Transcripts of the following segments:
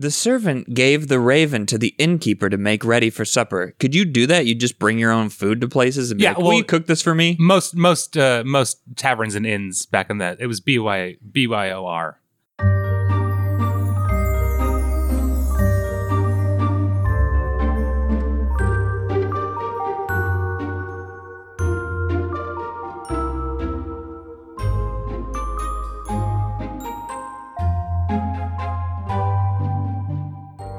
The servant gave the raven to the innkeeper to make ready for supper. Could you do that? You just bring your own food to places and be Yeah, like, "Will well- you cook this for me?" Most most uh, most taverns and inns back in that it was by byor.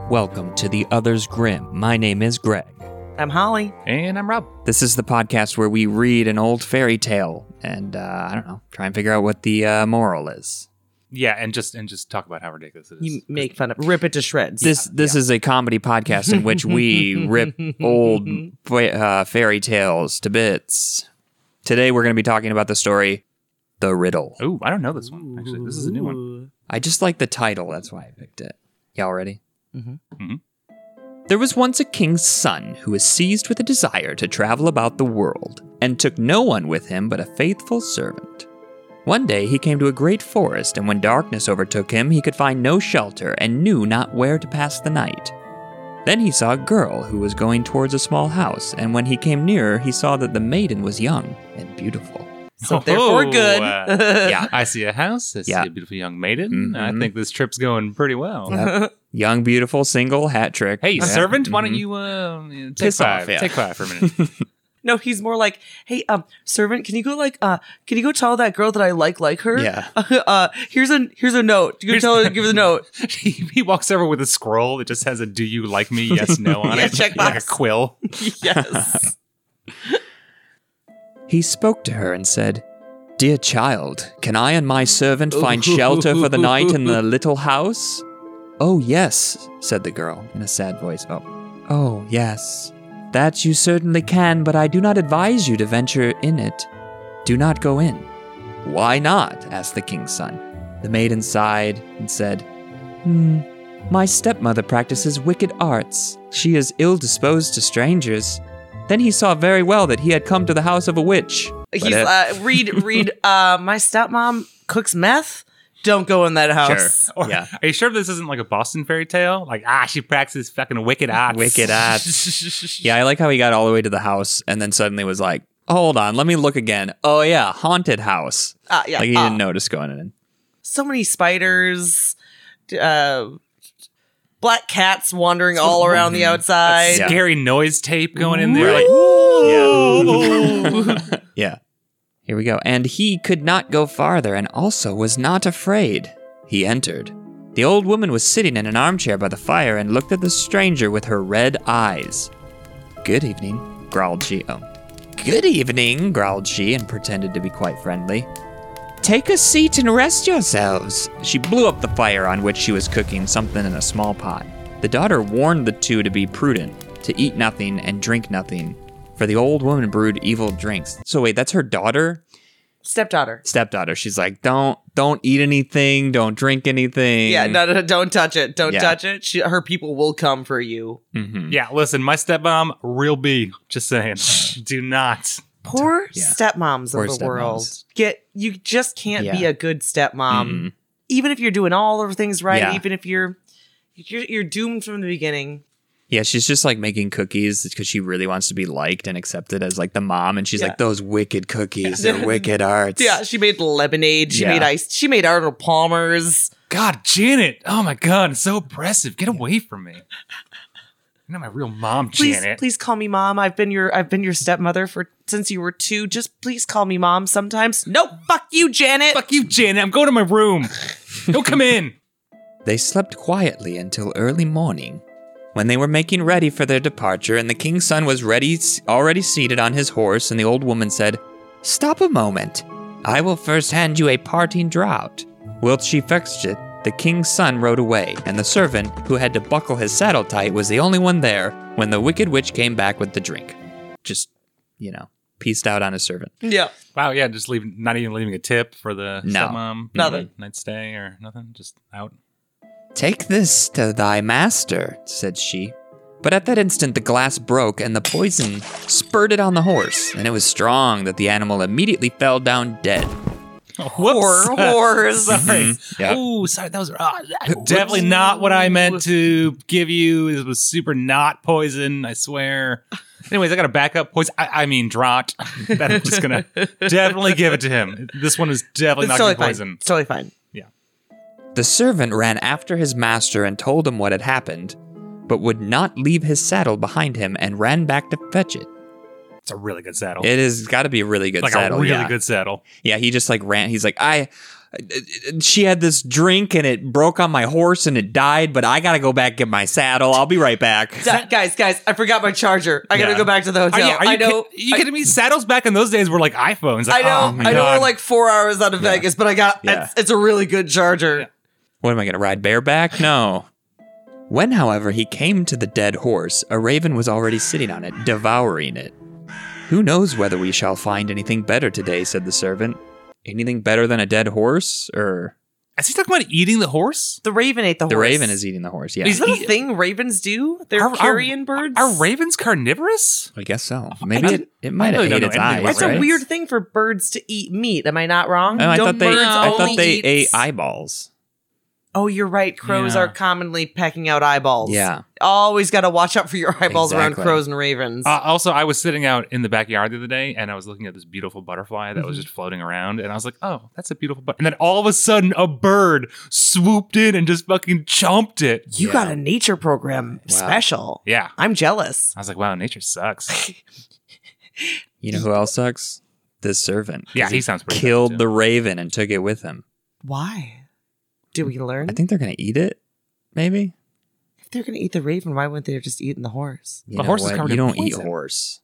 Welcome to the Others Grim. My name is Greg. I'm Holly. And I'm Rob. This is the podcast where we read an old fairy tale and uh, I don't know, try and figure out what the uh, moral is. Yeah, and just and just talk about how ridiculous it is. You make fun of, rip it to shreds. This this is a comedy podcast in which we rip old fa- uh, fairy tales to bits. Today we're going to be talking about the story, the riddle. Oh, I don't know this one. Actually, this is a new one. I just like the title. That's why I picked it. Y'all ready? Mhm. Mhm. There was once a king's son who was seized with a desire to travel about the world and took no one with him but a faithful servant. One day he came to a great forest, and when darkness overtook him, he could find no shelter and knew not where to pass the night. Then he saw a girl who was going towards a small house, and when he came nearer, he saw that the maiden was young and beautiful. So therefore, Oh, good. uh, Yeah. I see a house. I see Yeah. a beautiful young maiden. I Mhm. think this trip's going pretty well. Yep. Young, beautiful, single, hat trick. Hey, Yeah. servant, why Mhm. don't you uh, take Piss off, five? yeah. Take five for a minute. no, he's more like, hey, um, servant, can you go like, uh, can you go tell that girl that I like like her? Yeah. Uh, here's a here's a note. You can Here's- tell her to give her the note. he, he walks over with a scroll that just has a "Do you like me?" Yes, no on Yeah, it, checkbox. like a quill. yes. He spoke to her and said, Dear child, can I and my servant find shelter for the night in the little house? Oh, yes, said the girl in a sad voice. Oh, oh, yes. That you certainly can, but I do not advise you to venture in it. Do not go in. Why not? asked the king's son. The maiden sighed and said, Hmm, my stepmother practices wicked arts. She is ill disposed to strangers. Then he saw very well that he had come to the house of a witch. But He's it- uh, read read. Uh, my stepmom cooks meth. Don't go in that house. Sure. Or- Yeah. Are you sure this isn't like a Boston fairy tale? Like, ah, she practices fucking wicked arts. Wicked arts. Yeah, I like how he got all the way to the house and then suddenly was like, hold on, let me look again. Oh, yeah, haunted house. Uh, yeah. Like he uh, didn't notice going in. So many spiders. Uh, black cats wandering all around the outside. Yeah. Scary noise tape going in there. Like, Yeah. yeah. Here we go. And he could not go farther and also was not afraid. He entered. The old woman was sitting in an armchair by the fire and looked at the stranger with her red eyes. Good evening, growled she. Oh. Good evening, growled she and pretended to be quite friendly. Take a seat and rest yourselves. She blew up the fire on which she was cooking something in a small pot. The daughter warned the two to be prudent, to eat nothing and drink nothing, for the old woman brewed evil drinks. So wait, that's her daughter, Stepdaughter. stepdaughter. She's like, don't don't eat anything, don't drink anything. Yeah, no, no, no, don't touch it. Don't Yeah. touch it. She, her people will come for you. Mhm. yeah, listen, my stepmom, real B. Just saying, do not. Poor Yeah. stepmoms Poor of the stepmoms. world. Get you just can't be Yeah. a good stepmom, Mm. Mhm. even if you're doing all of the things right. Yeah. Even if you're, you're you're doomed from the beginning. Yeah, she's just like making cookies because she really wants to be liked and accepted as like the mom, and she's Yeah. like, those wicked cookies, Yeah. they're wicked arts. Yeah, she made lemonade. She Yeah. made ice. She made Arnold Palmer's. God, Janet. Oh my God, it's so oppressive. Get away from me. You're not my real mom, Please, Janet. please call me mom. I've been your I've been your stepmother for since you were two. Just please call me mom sometimes. No, fuck you, Janet. Fuck you, Janet. I'm going to my room. Don't come in. They slept quietly until early morning. When they were making ready for their departure, and the king's son was ready, already seated on his horse, and the old woman said, Stop a moment. I will first hand you a parting draught. Whilst she fetched it, the king's son rode away, and the servant, who had to buckle his saddle tight, was the only one there when the wicked witch came back with the drink. Just, you know, pieced out on his servant. Yeah, Wow, yeah, just leaving, not even leaving a tip for the No. stepmom, Nothing. night stay or nothing, just out. Take this to thy master, said she. But at that instant, the glass broke and the poison spurted on the horse, and it was strong that the animal immediately fell down dead. Whoops. Whore, whores. Mhm. Yeah. Oh, sorry. That was ah, that- definitely not what I meant to give you. It was super not poison. I swear. Anyways, I got a backup poison. I, I mean, draught. That I'm just gonna definitely give it to him. This one is definitely It's not gonna be totally fine. poison. It's totally fine. The servant ran after his master and told him what had happened, but would not leave his saddle behind him and ran back to fetch it. It's a really good saddle. It has got to be a really good like saddle. a really yeah. good saddle. Yeah, he just like ran. He's like, I. She had this drink and it broke on my horse and it died, but I gotta go back get my saddle. I'll be right back. Gu- guys, guys, I forgot my charger. I gotta Yeah. go back to the hotel. you, I you know. kid- you kidding me? Saddles back in those days were like iPhones. I Like, know. oh my I know. We're God. like four hours out of Vegas, but I got. Yeah. It's, it's a really good charger. What am I gonna ride bareback? No. When, however, he came to the dead horse, a raven was already sitting on it, devouring it. Who knows whether we shall find anything better today, said the servant. Anything better than a dead horse? Or Is he talking about eating the horse? The raven ate the horse. the raven is eating the horse, yeah. Is that He- a thing ravens do? They're Are- are- carrion birds. Are ravens carnivorous? I guess so. Maybe didn't- it, it might have really don't ate know its anything eyes. about That's right? a weird thing for birds to eat meat. Am I not wrong? Oh, I Don't thought they birds I only thought they eat- ate eyeballs. Oh, you're right. Crows Yeah. are commonly pecking out eyeballs. Yeah. Always got to watch out for your eyeballs Exactly. around crows and ravens. Uh, also, I was sitting out in the backyard the other day, and I was looking at this beautiful butterfly that was Mm-hmm. just floating around, and I was like, "Oh, that's a beautiful butterfly." And then all of a sudden, a bird swooped in and just fucking chomped it. you yeah. got a nature program special. Yeah, I'm jealous. I was like, "Wow, nature sucks." You know who else sucks? This servant. 'Cause Yeah, he sounds pretty. killed bad, the too. raven and took it with him. Why? Do we learn? I think they're gonna eat it, maybe. if they're going to eat the raven, why wouldn't they have just eaten the horse? You The know horse is what? covered You in don't eat poison. horse.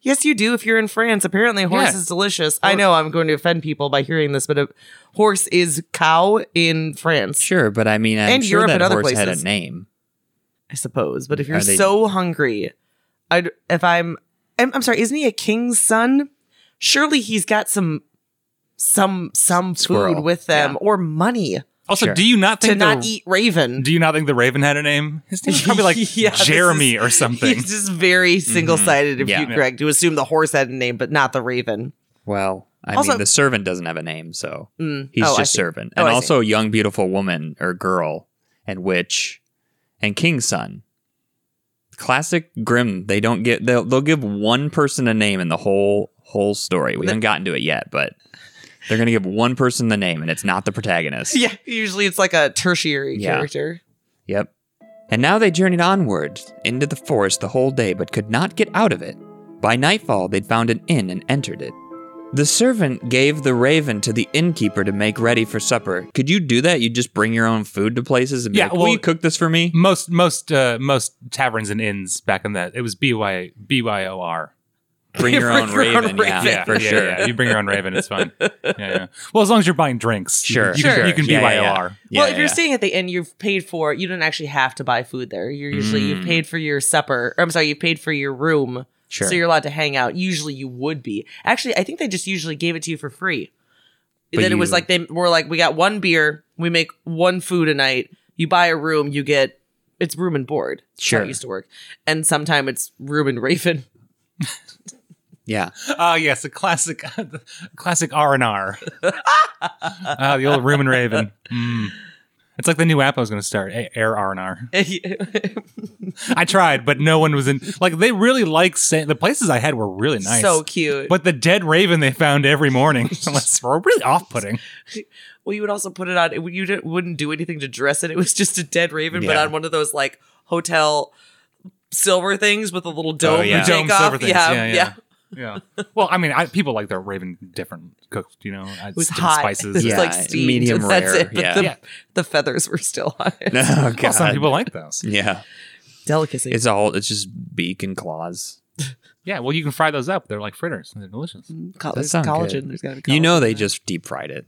Yes, you do. If you're in France, apparently horse Yes. is delicious. I know I'm going to offend people by hearing this, but a horse is cow in France, Sure, but I mean, I'm And sure Europe that and other horse had a places. name. I suppose. But if you're Are they- so hungry, I'd if I'm, I'm I'm sorry, isn't he a king's son? Surely he's got some some some Squirrel, food with them or money Also, Sure. do you not think to the, not eat raven. Do you not think the raven had a name? His name's probably like Yeah, this Jeremy is- or something. He's just very single sided, Mm-hmm. if Yeah. you correct, to assume the horse had a name, but not the raven. Well, I Also- mean, the servant doesn't have a name, so Mm. he's Oh, I just see. servant. Oh, and I see. also, young, beautiful woman or girl, and witch, and king's son. Classic Grimm. They don't get. They'll, they'll give one person a name in the whole whole story. We haven't gotten to it yet, but they're gonna give one person the name, and it's not the protagonist. Yeah, usually it's like a tertiary Yeah. character. Yep. And now they journeyed onward into the forest the whole day, but could not get out of it. By nightfall, they'd found an inn and entered it. The servant gave the raven to the innkeeper to make ready for supper. Could you do that? You just bring your own food to places and be Yeah, like, "Will well- you cook this for me?" most most uh, most taverns and inns back in that it was BY BYOR. Bring your own raven, yeah, raven. for sure. Yeah, You bring your own raven, it's fine. Yeah, yeah. Well, as long as you're buying drinks, you Sure, can- you can, Sure. you can Yeah, yeah, BYOR. yeah. well, if you're yeah. staying at the inn, you've paid for. You don't actually have to buy food there. You're usually you've Mm. paid for your supper. Or, I'm sorry, you've paid for your room, sure. so you're allowed to hang out. Usually, you would be. Actually, I think they just usually gave it to you for free. But then it was you- like they were like, we got one beer, we make one food a night. You buy a room, you get it's room and board. That's how Sure. it used to work, and sometime it's room and raven. yeah. Ah, yes, a classic, classic R and R. Ah, the old Room and Raven. Mm. It's like the new app I was going to start, A- Air R and R. I tried, but no one was in. Like they really like saying the places I had were really nice. So cute. but the dead raven they found every morning was really off-putting. Well, you would also put it on. It, you didn't, wouldn't do anything to dress it. It was just a dead raven, but Yeah. on one of those like hotel silver things with a little dome. Oh, yeah. you take Dome off. silver things. Yeah, Yeah, yeah, yeah. Yeah. Well, I mean, I, people like their raven different cooked. You know, it It was hot. spices. It was Yeah. like steamed. medium and that's rare, It, but yeah. The, Yeah. the feathers were still on it. Oh Well, some God. people like those. yeah. Delicacy. It's all. It's just beak and claws. Yeah, well, you can fry those up. They're like fritters. They're delicious. Co- that there's sound collagen. good. There's gotta be collagen. You know they just deep fried it.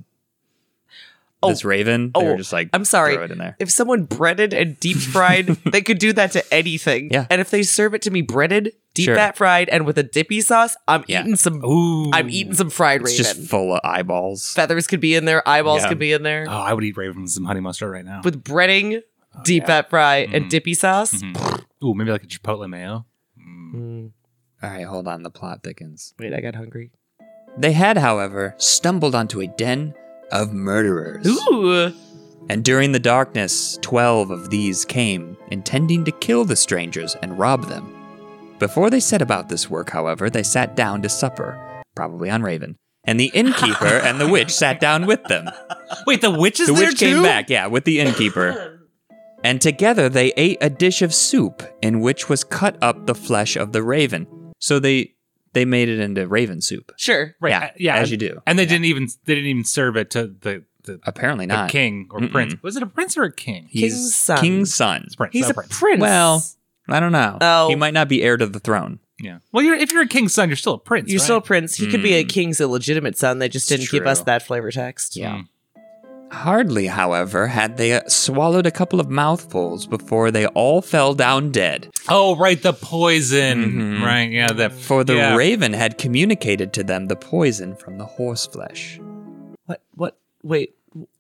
Oh. This raven. They were Oh, just like. I'm sorry. Throw it in there. If someone breaded and deep fried, they could do that to anything. Yeah. And if they serve it to me breaded, deep Sure. fat fried, and with a dippy sauce, I'm Yeah. eating some. Ooh, I'm eating some fried It's raven. just full of eyeballs. feathers could be in there. Eyeballs Yeah. could be in there. Oh, I would eat raven with some honey mustard right now. with breading, deep fat fry, Mm-hmm. and dippy sauce. Mhm. Ooh, maybe like a chipotle mayo. Mm, All right, hold on. The plot thickens. wait, I got hungry. They had, however, stumbled onto a den of murderers. Ooh. And during the darkness, twelve of these came, intending to kill the strangers and rob them. Before they set about this work, however, they sat down to supper, probably on Raven. And the innkeeper and the witch sat down with them. Wait, the witch is the there witch too? came back, yeah, with the innkeeper. and together they ate a dish of soup in which was cut up the flesh of the raven. So they they made it into raven soup. Sure. Right. Yeah, uh, Yeah. as and- you do. And they didn't even they didn't even serve it to the the, Apparently the not. king or Mm-mm. prince. Was it a prince or a king? He's King's son. King's son. It's prince. He's not a prince. prince. Well, I don't know. Oh. He might not be heir to the throne. yeah. Well, you're if you're a king's son, you're still a prince. you're right? still a prince. He could be a Mm. king's illegitimate son. They just It's didn't give us true. that flavor text. Hmm. Yeah. Hardly, however, had they uh, swallowed a couple of mouthfuls before they all fell down dead. Oh, right, the poison. Mhm. Right, yeah, that For the yeah. raven had communicated to them the poison from the horseflesh. What? What? Wait.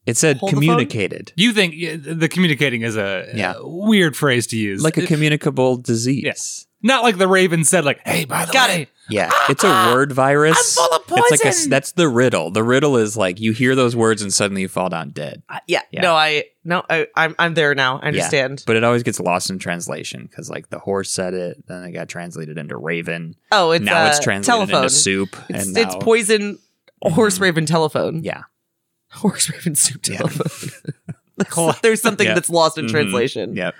It said Hold the phone? communicated. You think yeah, the communicating is a, Yeah. a weird phrase to use, like a It- communicable disease. Yes. Not like the Raven said, like, "Hey, by the Got way, it. Yeah, it's a word virus. I'm full of It's like a, poison. that's the riddle. The riddle is like you hear those words and suddenly you fall down dead. I- yeah, Yeah. No, I. No, I. I'm. I'm there now. I understand. But it always gets lost in translation because like the horse said it, then it got translated into raven. Oh, it's now uh, it's translated telephone. into soup. It's, and it's now- Mm-hmm. poison. Horse raven telephone. Yeah. Horse raven soup Yeah. telephone. There's- There's something Yeah. that's lost in Mhm. translation. Yep.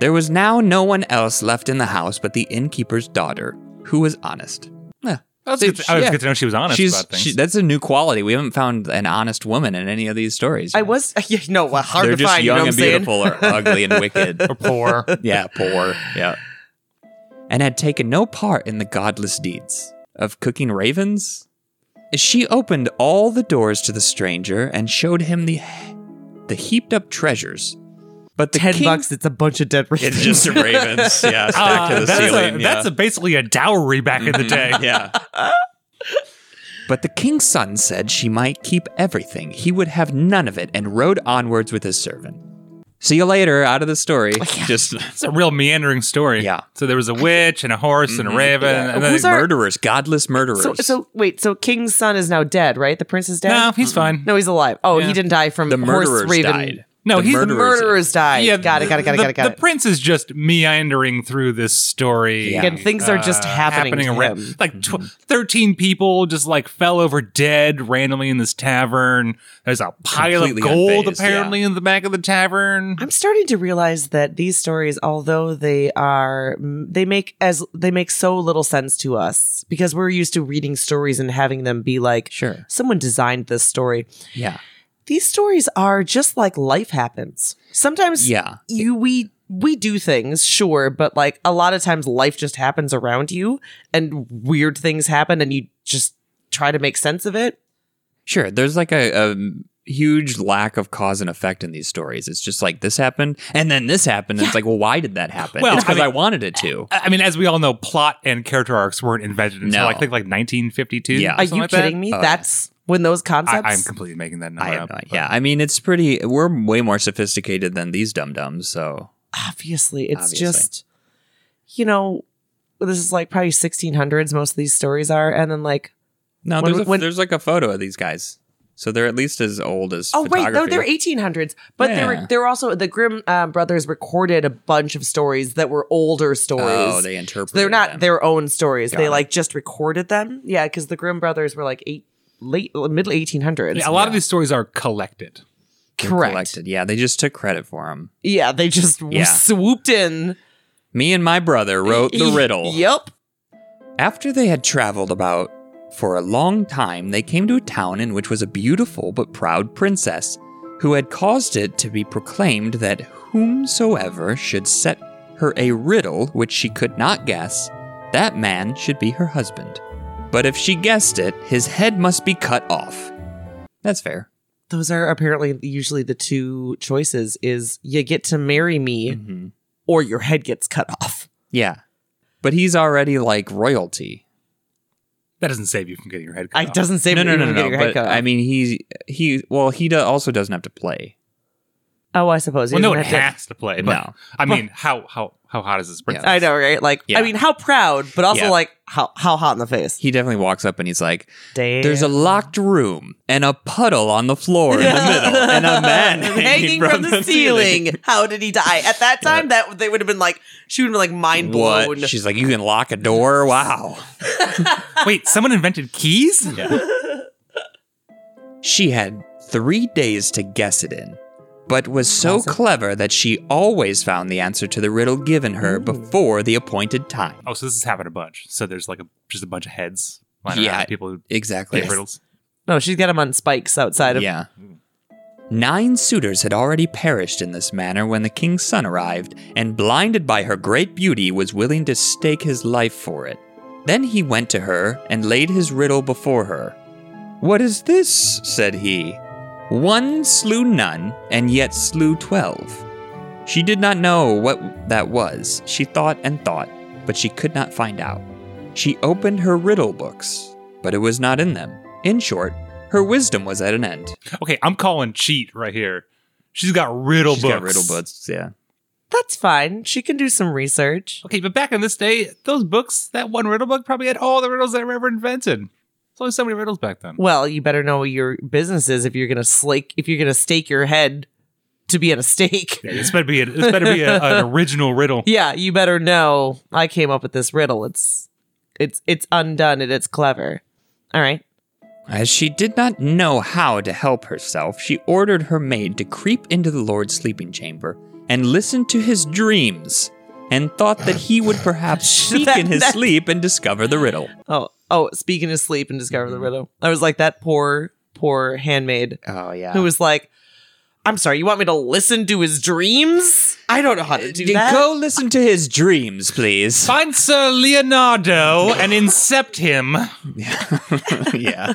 There was now no one else left in the house but the innkeeper's daughter, who was honest. Eh, I was, good to, I was yeah. good to know she was honest she's about things." she, that's a new quality. We haven't found an honest woman in any of these stories. I was. Yeah, no, well, hard They're to just find. young you know what and I'm saying? beautiful or ugly and wicked. or poor. yeah, poor. Yeah. And had taken no part in the godless deeds of cooking ravens. She opened all the doors to the stranger and showed him the the heaped up treasures. But the Ten king, bucks. It's a bunch of dead ravens. It's just ravens. Yeah, stacked Uh, to the that's, ceiling. a, yeah. that's a, basically a dowry back in the day. yeah. But the king's son said she might keep everything. He would have none of it and rode onwards with his servant. See you later, out of the story. Just It's a real meandering story. Yeah. So there was a witch and a horse and a raven. And then Who's they- our- murderers, godless murderers. So, so wait. So king's son is now dead, right? The prince is dead. no, he's fine. No, he's alive. Oh, Yeah. he didn't die from the horse murderers raven. died. No, the he's the The murderers. murderers died. got it. Got it. Got it. the, Got it. Got the it. prince is just meandering through this story. Yeah. Again, things are just happening to around. him. Like tw- 13 people just like fell over dead randomly in this tavern. There's a pile Completely of gold unfazed, apparently in the back of the tavern. I'm starting to realize that these stories, although they are, they make as they make so little sense to us because we're used to reading stories and having them be like, Sure. someone designed this story. Yeah. These stories are just like life happens. Sometimes, Yeah. you we we do things, sure, but like a lot of times, life just happens around you, and weird things happen, and you just try to make sense of it. Sure. There's like a, a huge lack of cause and effect in these stories. It's just like this happened and then this happened. And It's like, well, why did that happen? Well, it's because I mean- I wanted it to. I I mean, as we all know, plot and character arcs weren't invented until No. I think like 1952. Yeah. or Are Are something you like that. kidding me? Oh, yeah. That's when those I, concepts. I'm completely making that number I have up. no but- Yeah. I mean, it's pretty, we're way more sophisticated than these dum dums. So, obviously it's Obviously. just you know this is like probably 1600s most of these stories are and then like no, When- there's, a, when- there's like a photo of these guys. So they're at least as old as. oh wait no photography. they're 1800s but they Yeah. were they're also the grimm uh, brothers recorded a bunch of stories that were older stories Oh, they interpret. they're not them. their own stories Got they it. like just recorded them yeah because the grimm brothers were like eight late uh, middle 1800s Yeah, a lot of these stories are collected. They're correct collected. Yeah. They just took credit for them. yeah they just Yeah. swooped in Me and my brother wrote the riddle. yep After they had traveled about for a long time, they came to a town in which was a beautiful but proud princess, who had caused it to be proclaimed that whomsoever should set her a riddle which she could not guess, that man should be her husband. But if she guessed it, his head must be cut off. That's fair. those are apparently usually the two choices is you get to marry me Mhm. or your head gets cut off. Yeah. But he's already like royalty. That doesn't save you from getting your head cut I off. doesn't say Oh. No, no, no, no. no Your head but, cut off. I mean, he he well, he do- also doesn't have to play. Oh, I suppose. you Well, no one didn't have has to play, but No. I mean, how how how hot is this princess? to- I know, right? Like, Yeah. I mean, how proud, but also Yeah. like how how hot in the face. He definitely walks up and he's like, Damn. There's a locked room and a puddle on the floor in the middle and a man hanging from, the, ceiling. How did he die? At that time, that they would have been like, she would have been like mind blown. What? She's like, you can lock a door? Wow. Wait, someone invented keys? Yeah. She had three days to guess it in, but was so clever that she always found the answer to the riddle given her before the appointed time. Oh, so this has happened a bunch. So there's like a just a bunch of heads lying Yeah. around. People who Exactly. play riddles. No, she's got him on spikes outside of. Yeah. Nine suitors had already perished in this manner when the king's son arrived, and blinded by her great beauty, was willing to stake his life for it. Then he went to her and laid his riddle before her. What is this? said he. One slew none, and yet slew twelve. She did not know what that was. She thought and thought, but she could not find out. She opened her riddle books, but it was not in them. In short, her wisdom was at an end. Okay, I'm calling cheat right here. She's got riddle She's books. got riddle books, yeah. That's fine. She can do some research. Okay, but back in this day, those books, that one riddle book probably had all the riddles that were ever invented. There's only so many riddles back then. Well, you better know what your business is if you're gonna slake if you're gonna stake your head to be on a stake. Yeah, this better be a, this better be a, an original riddle. Yeah, you better know I came up with this riddle. It's it's it's undone and it's clever. All right. As she did not know how to help herself, she ordered her maid to creep into the Lord's sleeping chamber and listen to his dreams, and thought that he would perhaps speak in his That- sleep and discover the riddle. Oh oh speaking of sleep and discover Mm-hmm. the riddle. I was like that poor, poor handmaid Oh, yeah. who was like, I'm sorry, you want me to listen to his dreams? I don't know how to do that. Go Uh, listen to his dreams, please. Find Sir Leonardo and incept him. yeah.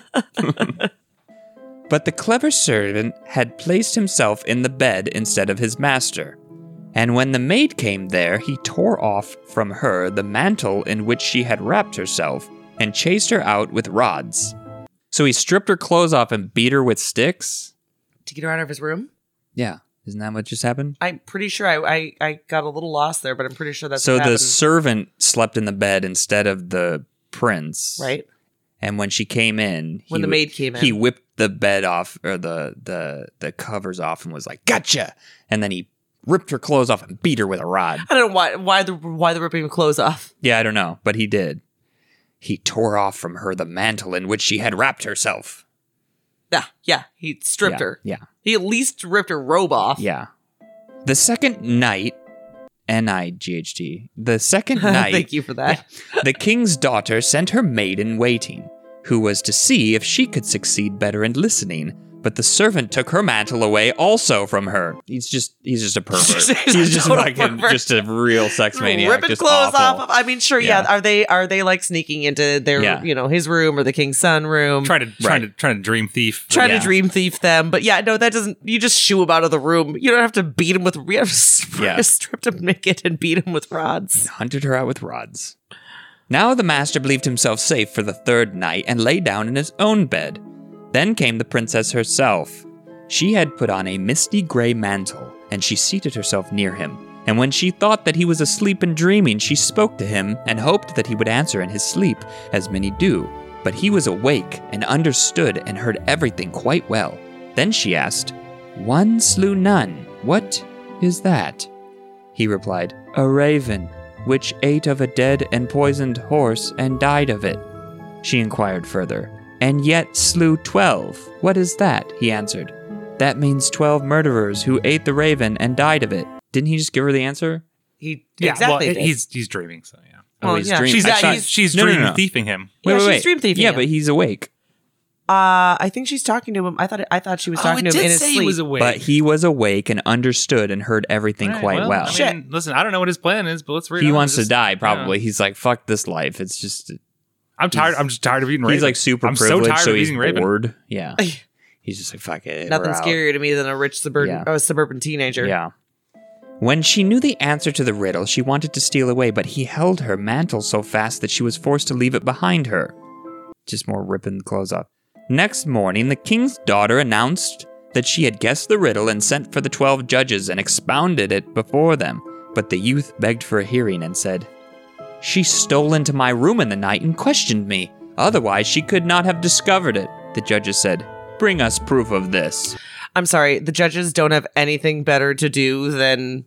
but the clever servant had placed himself in the bed instead of his master. And when the maid came there, he tore off from her the mantle in which she had wrapped herself and chased her out with rods. So he stripped her clothes off and beat her with sticks? to get her out of his room? Yeah. Isn't that what just happened? I'm pretty sure I, I, I got a little lost there, but I'm pretty sure that's so what the happened, servant slept in the bed instead of the prince. right? And when she came in, When the wa- maid came in. he whipped the bed off or the the the covers off and was like, "Gotcha!" And then he ripped her clothes off and beat her with a rod. I don't know why why the why the ripping of clothes off. Yeah, I don't know, but he did. He tore off from her the mantle in which she had wrapped herself. Yeah, yeah. He stripped Yeah, her. Yeah, He at least ripped her robe off. yeah. The second night, N I G H T. The second night, Thank you for that. the king's daughter sent her maid in waiting, who was to see if she could succeed better in listening. But the servant took her mantle away also from her. He's just he's just a pervert. He's he's a just total fucking pervert. just a real sex maniac. Ripping just clothes awful. off. I mean, sure, yeah. Yeah. Are they are they like sneaking into their Yeah. you know his room or the king's son room? Trying to trying Right. to trying to dream thief. Try yeah. to dream thief them, but yeah, no, that doesn't. You just shoo him out of the room. You don't have to beat him with. You have to Yeah. stripped him naked and beat him with rods. hunted her out with rods. Now the master believed himself safe for the third night and lay down in his own bed. Then came the princess herself. She had put on a misty gray mantle, and she seated herself near him. And when she thought that he was asleep and dreaming, she spoke to him and hoped that he would answer in his sleep, as many do. But he was awake and understood and heard everything quite well. Then she asked, One slew none. What is that? He replied, A raven, which ate of a dead and poisoned horse and died of it. She inquired further, And yet slew twelve. What is that? He answered, That means twelve murderers who ate the raven and died of it. Didn't he just give her the answer? He Yeah, exactly. well, did. he's he's dreaming. So yeah, Oh, Well, he's yeah. dreaming. she's I actually thought- she's No, no, dreaming no. thieving him. Yeah, she's dream thieving Yeah, him. but he's awake. Uh, I think she's talking to him. I thought I thought she was Oh, talking to him in his sleep. awake. But he was awake and understood and heard everything quite well. I mean, Shit. listen, I don't know what his plan is, but let's read. he on. wants Just- to die, probably. He's like, fuck this life. It's just I'm tired. I'm just tired of eating. he's raven. like super I'm privileged, so tired of he's eating raven. bored. Yeah, he's just like, fuck it. Nothing we're out. scarier to me than a rich suburban Yeah. oh, suburban teenager. Yeah. When she knew the answer to the riddle, she wanted to steal away, but he held her mantle so fast that she was forced to leave it behind her. Just more ripping the clothes off. Next morning, the king's daughter announced that she had guessed the riddle and sent for the 12 judges and expounded it before them. But the youth begged for a hearing and said, She stole into my room in the night and questioned me. Otherwise, she could not have discovered it. The judges said, Bring us proof of this. I'm sorry, the judges don't have anything better to do than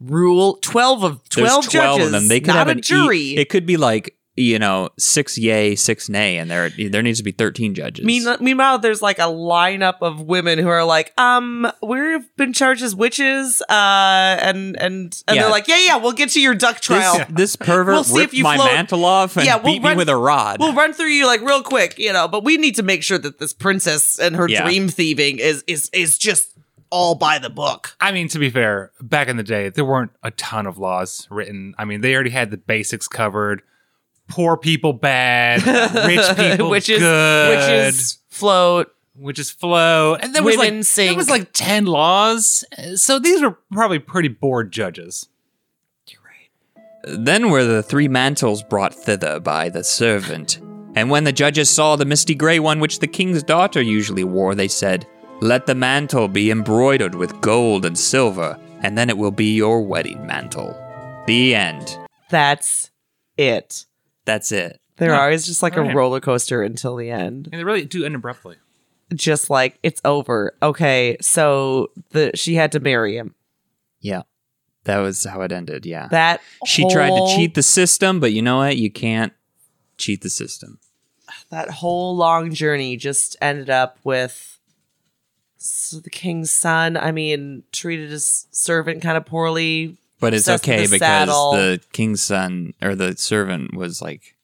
rule 12 of 12 There's 12 judges, of them. They could not have a an e- jury. it could be like, you know, six yay, six nay, and there there needs to be 13 judges. Mean- meanwhile, there's like a lineup of women who are like, um, we've been charged as witches, uh, and and and Yeah. they're like, yeah, yeah, we'll get to your duck trial. this, this pervert We'll see if ripped you my float- mantle off and Yeah, we'll beat run- me with a rod. We'll run through you like real quick, you know. But we need to make sure that this princess and her Yeah. dream thieving is is is just all by the book. I mean, to be fair, back in the day, there weren't a ton of laws written. I mean, they already had the basics covered. Poor people bad, rich Oh, people which is good, which is float. which is flow. And there was Women like sink. there was like ten laws. So these were probably pretty bored judges. Then were the three mantles brought thither by the servant. And when the judges saw the misty grey one which the king's daughter usually wore, they said, Let the mantle be embroidered with gold and silver, and then it will be your wedding mantle. The end. That's it. That's it. They're always just like a Alright. roller coaster until the end. And they really do end abruptly. Just like it's over. Okay, so the she had to marry him. Yeah. That was how it ended, yeah. That she tried to whole- cheat the system, but you know what? You can't cheat the system. that whole long journey just ended up with s- the king's son. I mean, treated his servant kind of poorly. But it's Obsessed with okay the because saddle. the king's son or the servant was like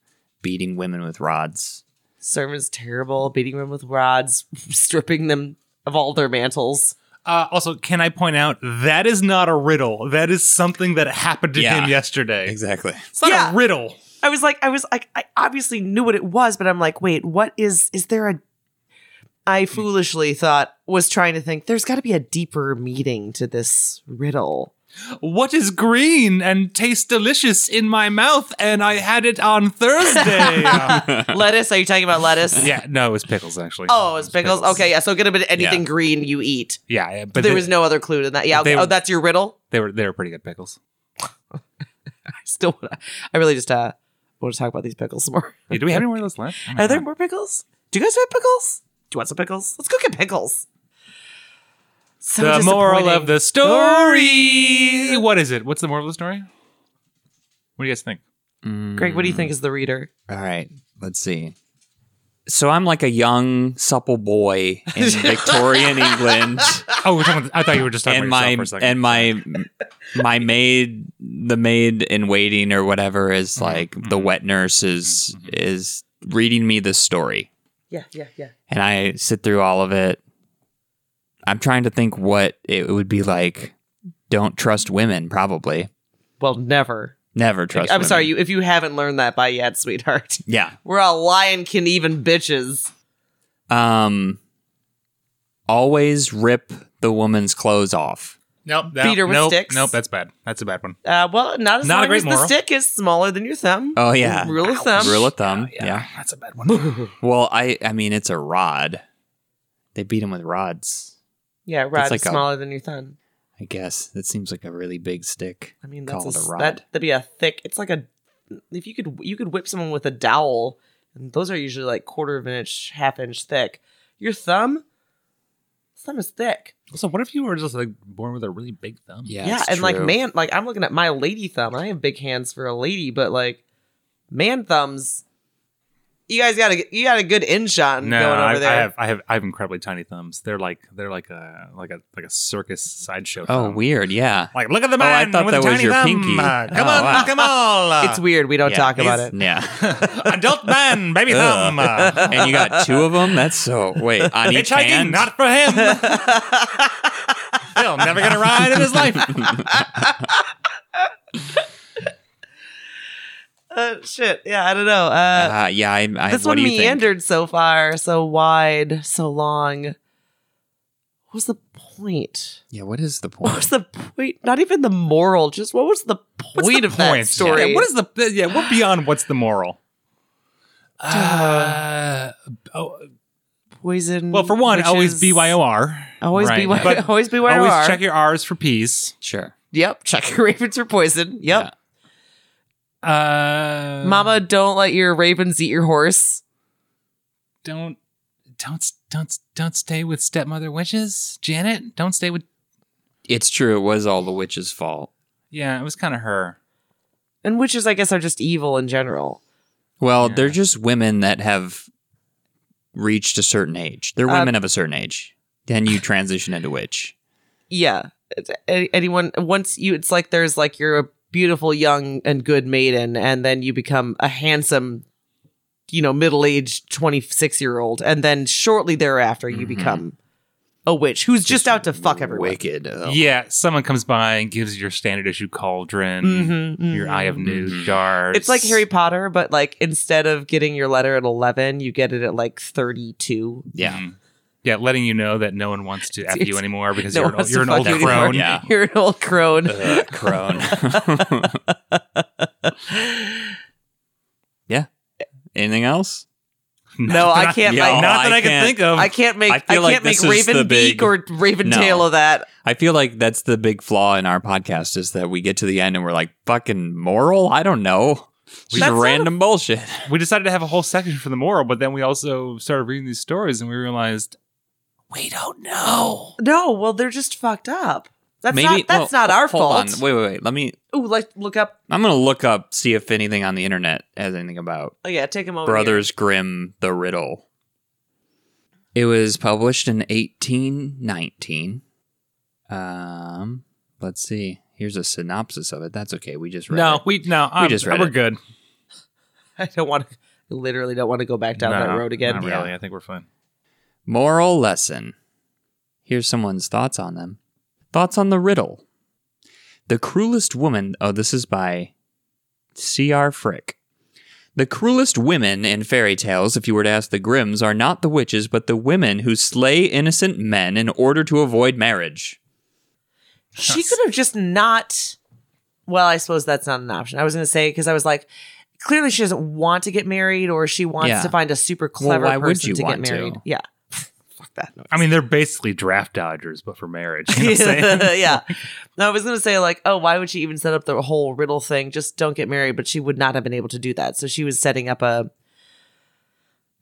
beating women with rods. Servant's terrible, beating them with rods, stripping them of all their mantles. Uh, also, can I point out that is not a riddle? That is something that happened to Yeah. him yesterday. Exactly. It's not Yeah. a riddle. I was like, I was like, I obviously knew what it was, but I'm like, wait, what is? Is there a? I foolishly thought was trying to think. There's got to be a deeper meaning to this riddle. What is green and tastes delicious in my mouth? And I had it on Thursday. lettuce? Are you talking about lettuce? yeah, no, it was pickles actually. Oh, it's pickles. Okay, yeah. So it could have been anything Yeah. green you eat. Yeah, yeah, but there they, was no other clue than that. Yeah. they- oh, that's your riddle. they were they were pretty good pickles. I still, wanna, I really just uh, want to talk about these pickles some more. Yeah, do we have any more of those left? I don't Are there know. more pickles? Do you guys have pickles? Do you want some pickles? Let's go get pickles. So Oh, the moral of disappointing. the story. What is it? What's the moral of the story? What do you guys think? Greg, what do you think is the reader? All right, let's see. So I'm like a young, supple boy in Victorian England, Oh, we're talking. I thought you were just talking and about my yourself for a second. and my my maid, the maid in waiting or whatever, is like the wet nurse is is reading me this story, Yeah, yeah, yeah. and I sit through all of it. I'm trying to think what it would be like. Don't trust women, probably. Well, never. Never trust. I'm women. sorry, you if you haven't learned that by yet, sweetheart. Yeah. We're all lion can even bitches. Um, always rip the woman's clothes off. nope, no, Beat her with nope, sticks. Nope, that's bad. That's a bad one. Uh, well, not as Not a long great as the moral. stick is smaller than your thumb. Oh yeah, Rule of thumb. Rule of thumb. Yeah. that's a bad one. Well, I I mean it's a rod. They beat him with rods. Yeah, rod like a- smaller than your thumb. I guess that seems like a really big stick. I mean, that's called a, a s- rod. that that'd be a thick. It's like a if you could you could whip someone with a dowel, and those are usually like quarter of an inch, half inch thick. Your thumb, thumb is thick. so, what if you were just like born with a really big thumb? yeah, yeah, it's and like true. man, like I'm looking at my lady thumb. and I have big hands for a lady, but like man thumbs, you guys got a you got a good inch on No, going over I, I there. have, I have, I have incredibly tiny thumbs. They're like, they're like a, like a, like a circus sideshow. Oh, thumb. weird. Yeah. Like, look at the Oh, I man thought with that a was tiny your thumb. pinky. Uh, Come Oh, on, wow. come on. it's weird. We don't Yeah, talk about he's- it. Yeah. Adult man, baby thumb. Uh, and you got two of them. That's so. Wait, on each Hitchhiking, hand. not for him. Still never gonna ride in his life. Uh, shit. Yeah, I don't know. Uh, uh, yeah. I. I this what one do you think? meandered so far, so wide, so long. What was the point? Yeah. What is the What point? was the point? Not even the moral. Just what was the point What's the of that point? story? Yeah, what is the? Yeah, we're beyond what's the moral. Uh, oh, poison? Uh, well, for one, always witches? BYOR. Always Right, beware. but always beware Always of R. check your R's for peace. Sure. yep. Check your ravens for poison. Yep. Uh, Mama, don't let your ravens eat your horse. don't don't don't don't stay with stepmother witches, Janet. Don't stay with. It's true. It was all the witch's fault. Yeah, it was kind of her. And witches, I guess, are just evil in general. Well, Yeah. they're just women that have reached a certain age. They're Uh, women of a certain age. Then you transition into witch. Yeah. It's- a- Anyone once you, it's like there's like you're a beautiful young and good maiden, and then you become a handsome, you know, middle aged twenty six year old, and then shortly thereafter you Mhm. Mm-hmm. become a witch who's just, out to fuck everyone. Wicked. Ugh. Yeah, someone comes by and gives you your standard issue cauldron, Mhm, Mm-hmm. your mhm. eye of news Mhm. jars. It's like Harry Potter, but like instead of getting your letter at eleven, you get it at like thirty two. Yeah. Mhm. Yeah, letting you know that no one wants to f you It's- anymore because no you're one an, old- wants to you're an fuck old you anymore. crone. Yeah. You're an old crone. Ugh, crone. Anything else? No, I can't, Yeah, like- not that I, can can't- think of. I can't make I I, feel can't like this make is the Raven big- beak or Raven No. tail of that. I feel like that's the big flaw in our podcast is that we get to the end and we're like, fucking moral? I don't know. Just That's not random bullshit. we decided to have a whole section for the moral, but then we also started reading these stories and we realized we don't know. No, well, they're just fucked up. That's Maybe not that's well, not our hold fault. On. Wait, wait, wait. Let me. Ooh, like look up. I'm gonna look up see if anything on the internet has anything about Oh yeah, take a moment. Brothers Grimm: The Riddle. It was published in 1819. Um, let's see. Here's a synopsis of it. That's okay. We just read No, it. we no, I'm, just read we're it. good. here. I don't want to. I literally don't want to go back down No, that road again. Not Yeah. really. I think we're fine. Moral lesson. Here's someone's thoughts on them. Thoughts on the riddle. The cruelest woman. Oh, this is by C.R. Frick. The cruelest women in fairy tales, if you were to ask the Grimms, are not the witches, but the women who slay innocent men in order to avoid marriage. She could have just not. Well, I suppose that's not an option. I was going to say because I was like, clearly she doesn't want to get married, or she wants Yeah. to find a super Well, clever why would person you to want get to? married. Yeah. Fuck that noise. I mean, they're basically draft dodgers, but for marriage. You know what I'm saying? yeah. No, I was gonna say like, oh, why would she even set up the whole riddle thing? Just don't get married. But she would not have been able to do that. So she was setting up a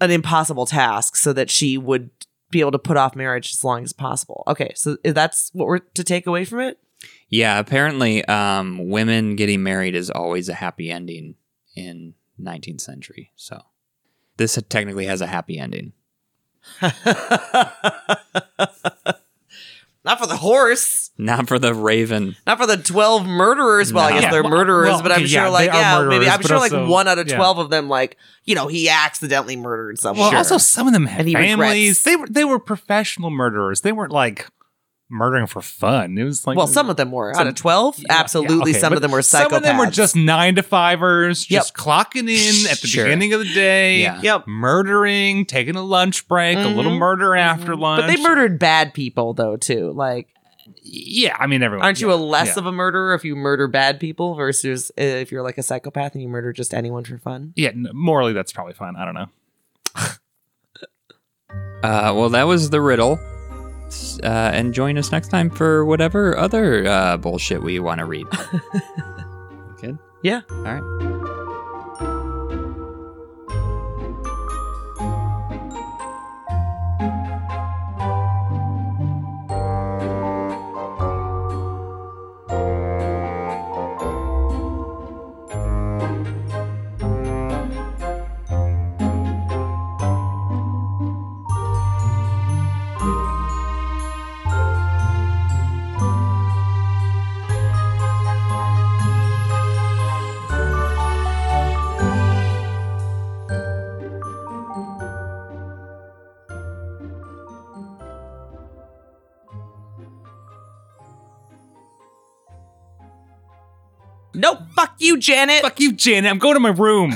an impossible task so that she would be able to put off marriage as long as possible. Okay, so i- that's what we're to take away from it. Yeah, apparently, um, women getting married is always a happy ending in 19th century. So this technically has a happy ending. Not for the horse. Not for the raven. Not for the twelve murderers. Well, I No. guess Yeah, they're well- murderers, well, but I'm okay, sure, yeah, they like, are yeah, maybe murderers, I'm but sure, like, also- one out of yeah. twelve of them, like, you know, he accidentally murdered someone. Well, Sure. also some of them had And he families. regrets. They were they were professional murderers. They weren't like murdering for fun. It was like well, some of them were out some- of twelve. Yeah, absolutely, yeah, okay, some of but them were psychopaths. Some of them were just nine to fivers, Yep. just clocking in at the Sure. beginning of the day. Yeah. Yep. Murdering, taking a lunch break, a little Mhm. murder after lunch. But they murdered bad people though too. Like, Yeah, I mean everyone. aren't you yeah, a less yeah. of a murderer if you murder bad people versus uh, if you're like a psychopath and you murder just anyone for fun? Yeah, n- morally that's probably fine. I don't know. Uh, well, that was the riddle. S- Uh, and join us next time for whatever other uh, bullshit we want to read. Good. Yeah. All right. No, fuck you, Janet. Fuck you, Janet. I'm going to my room.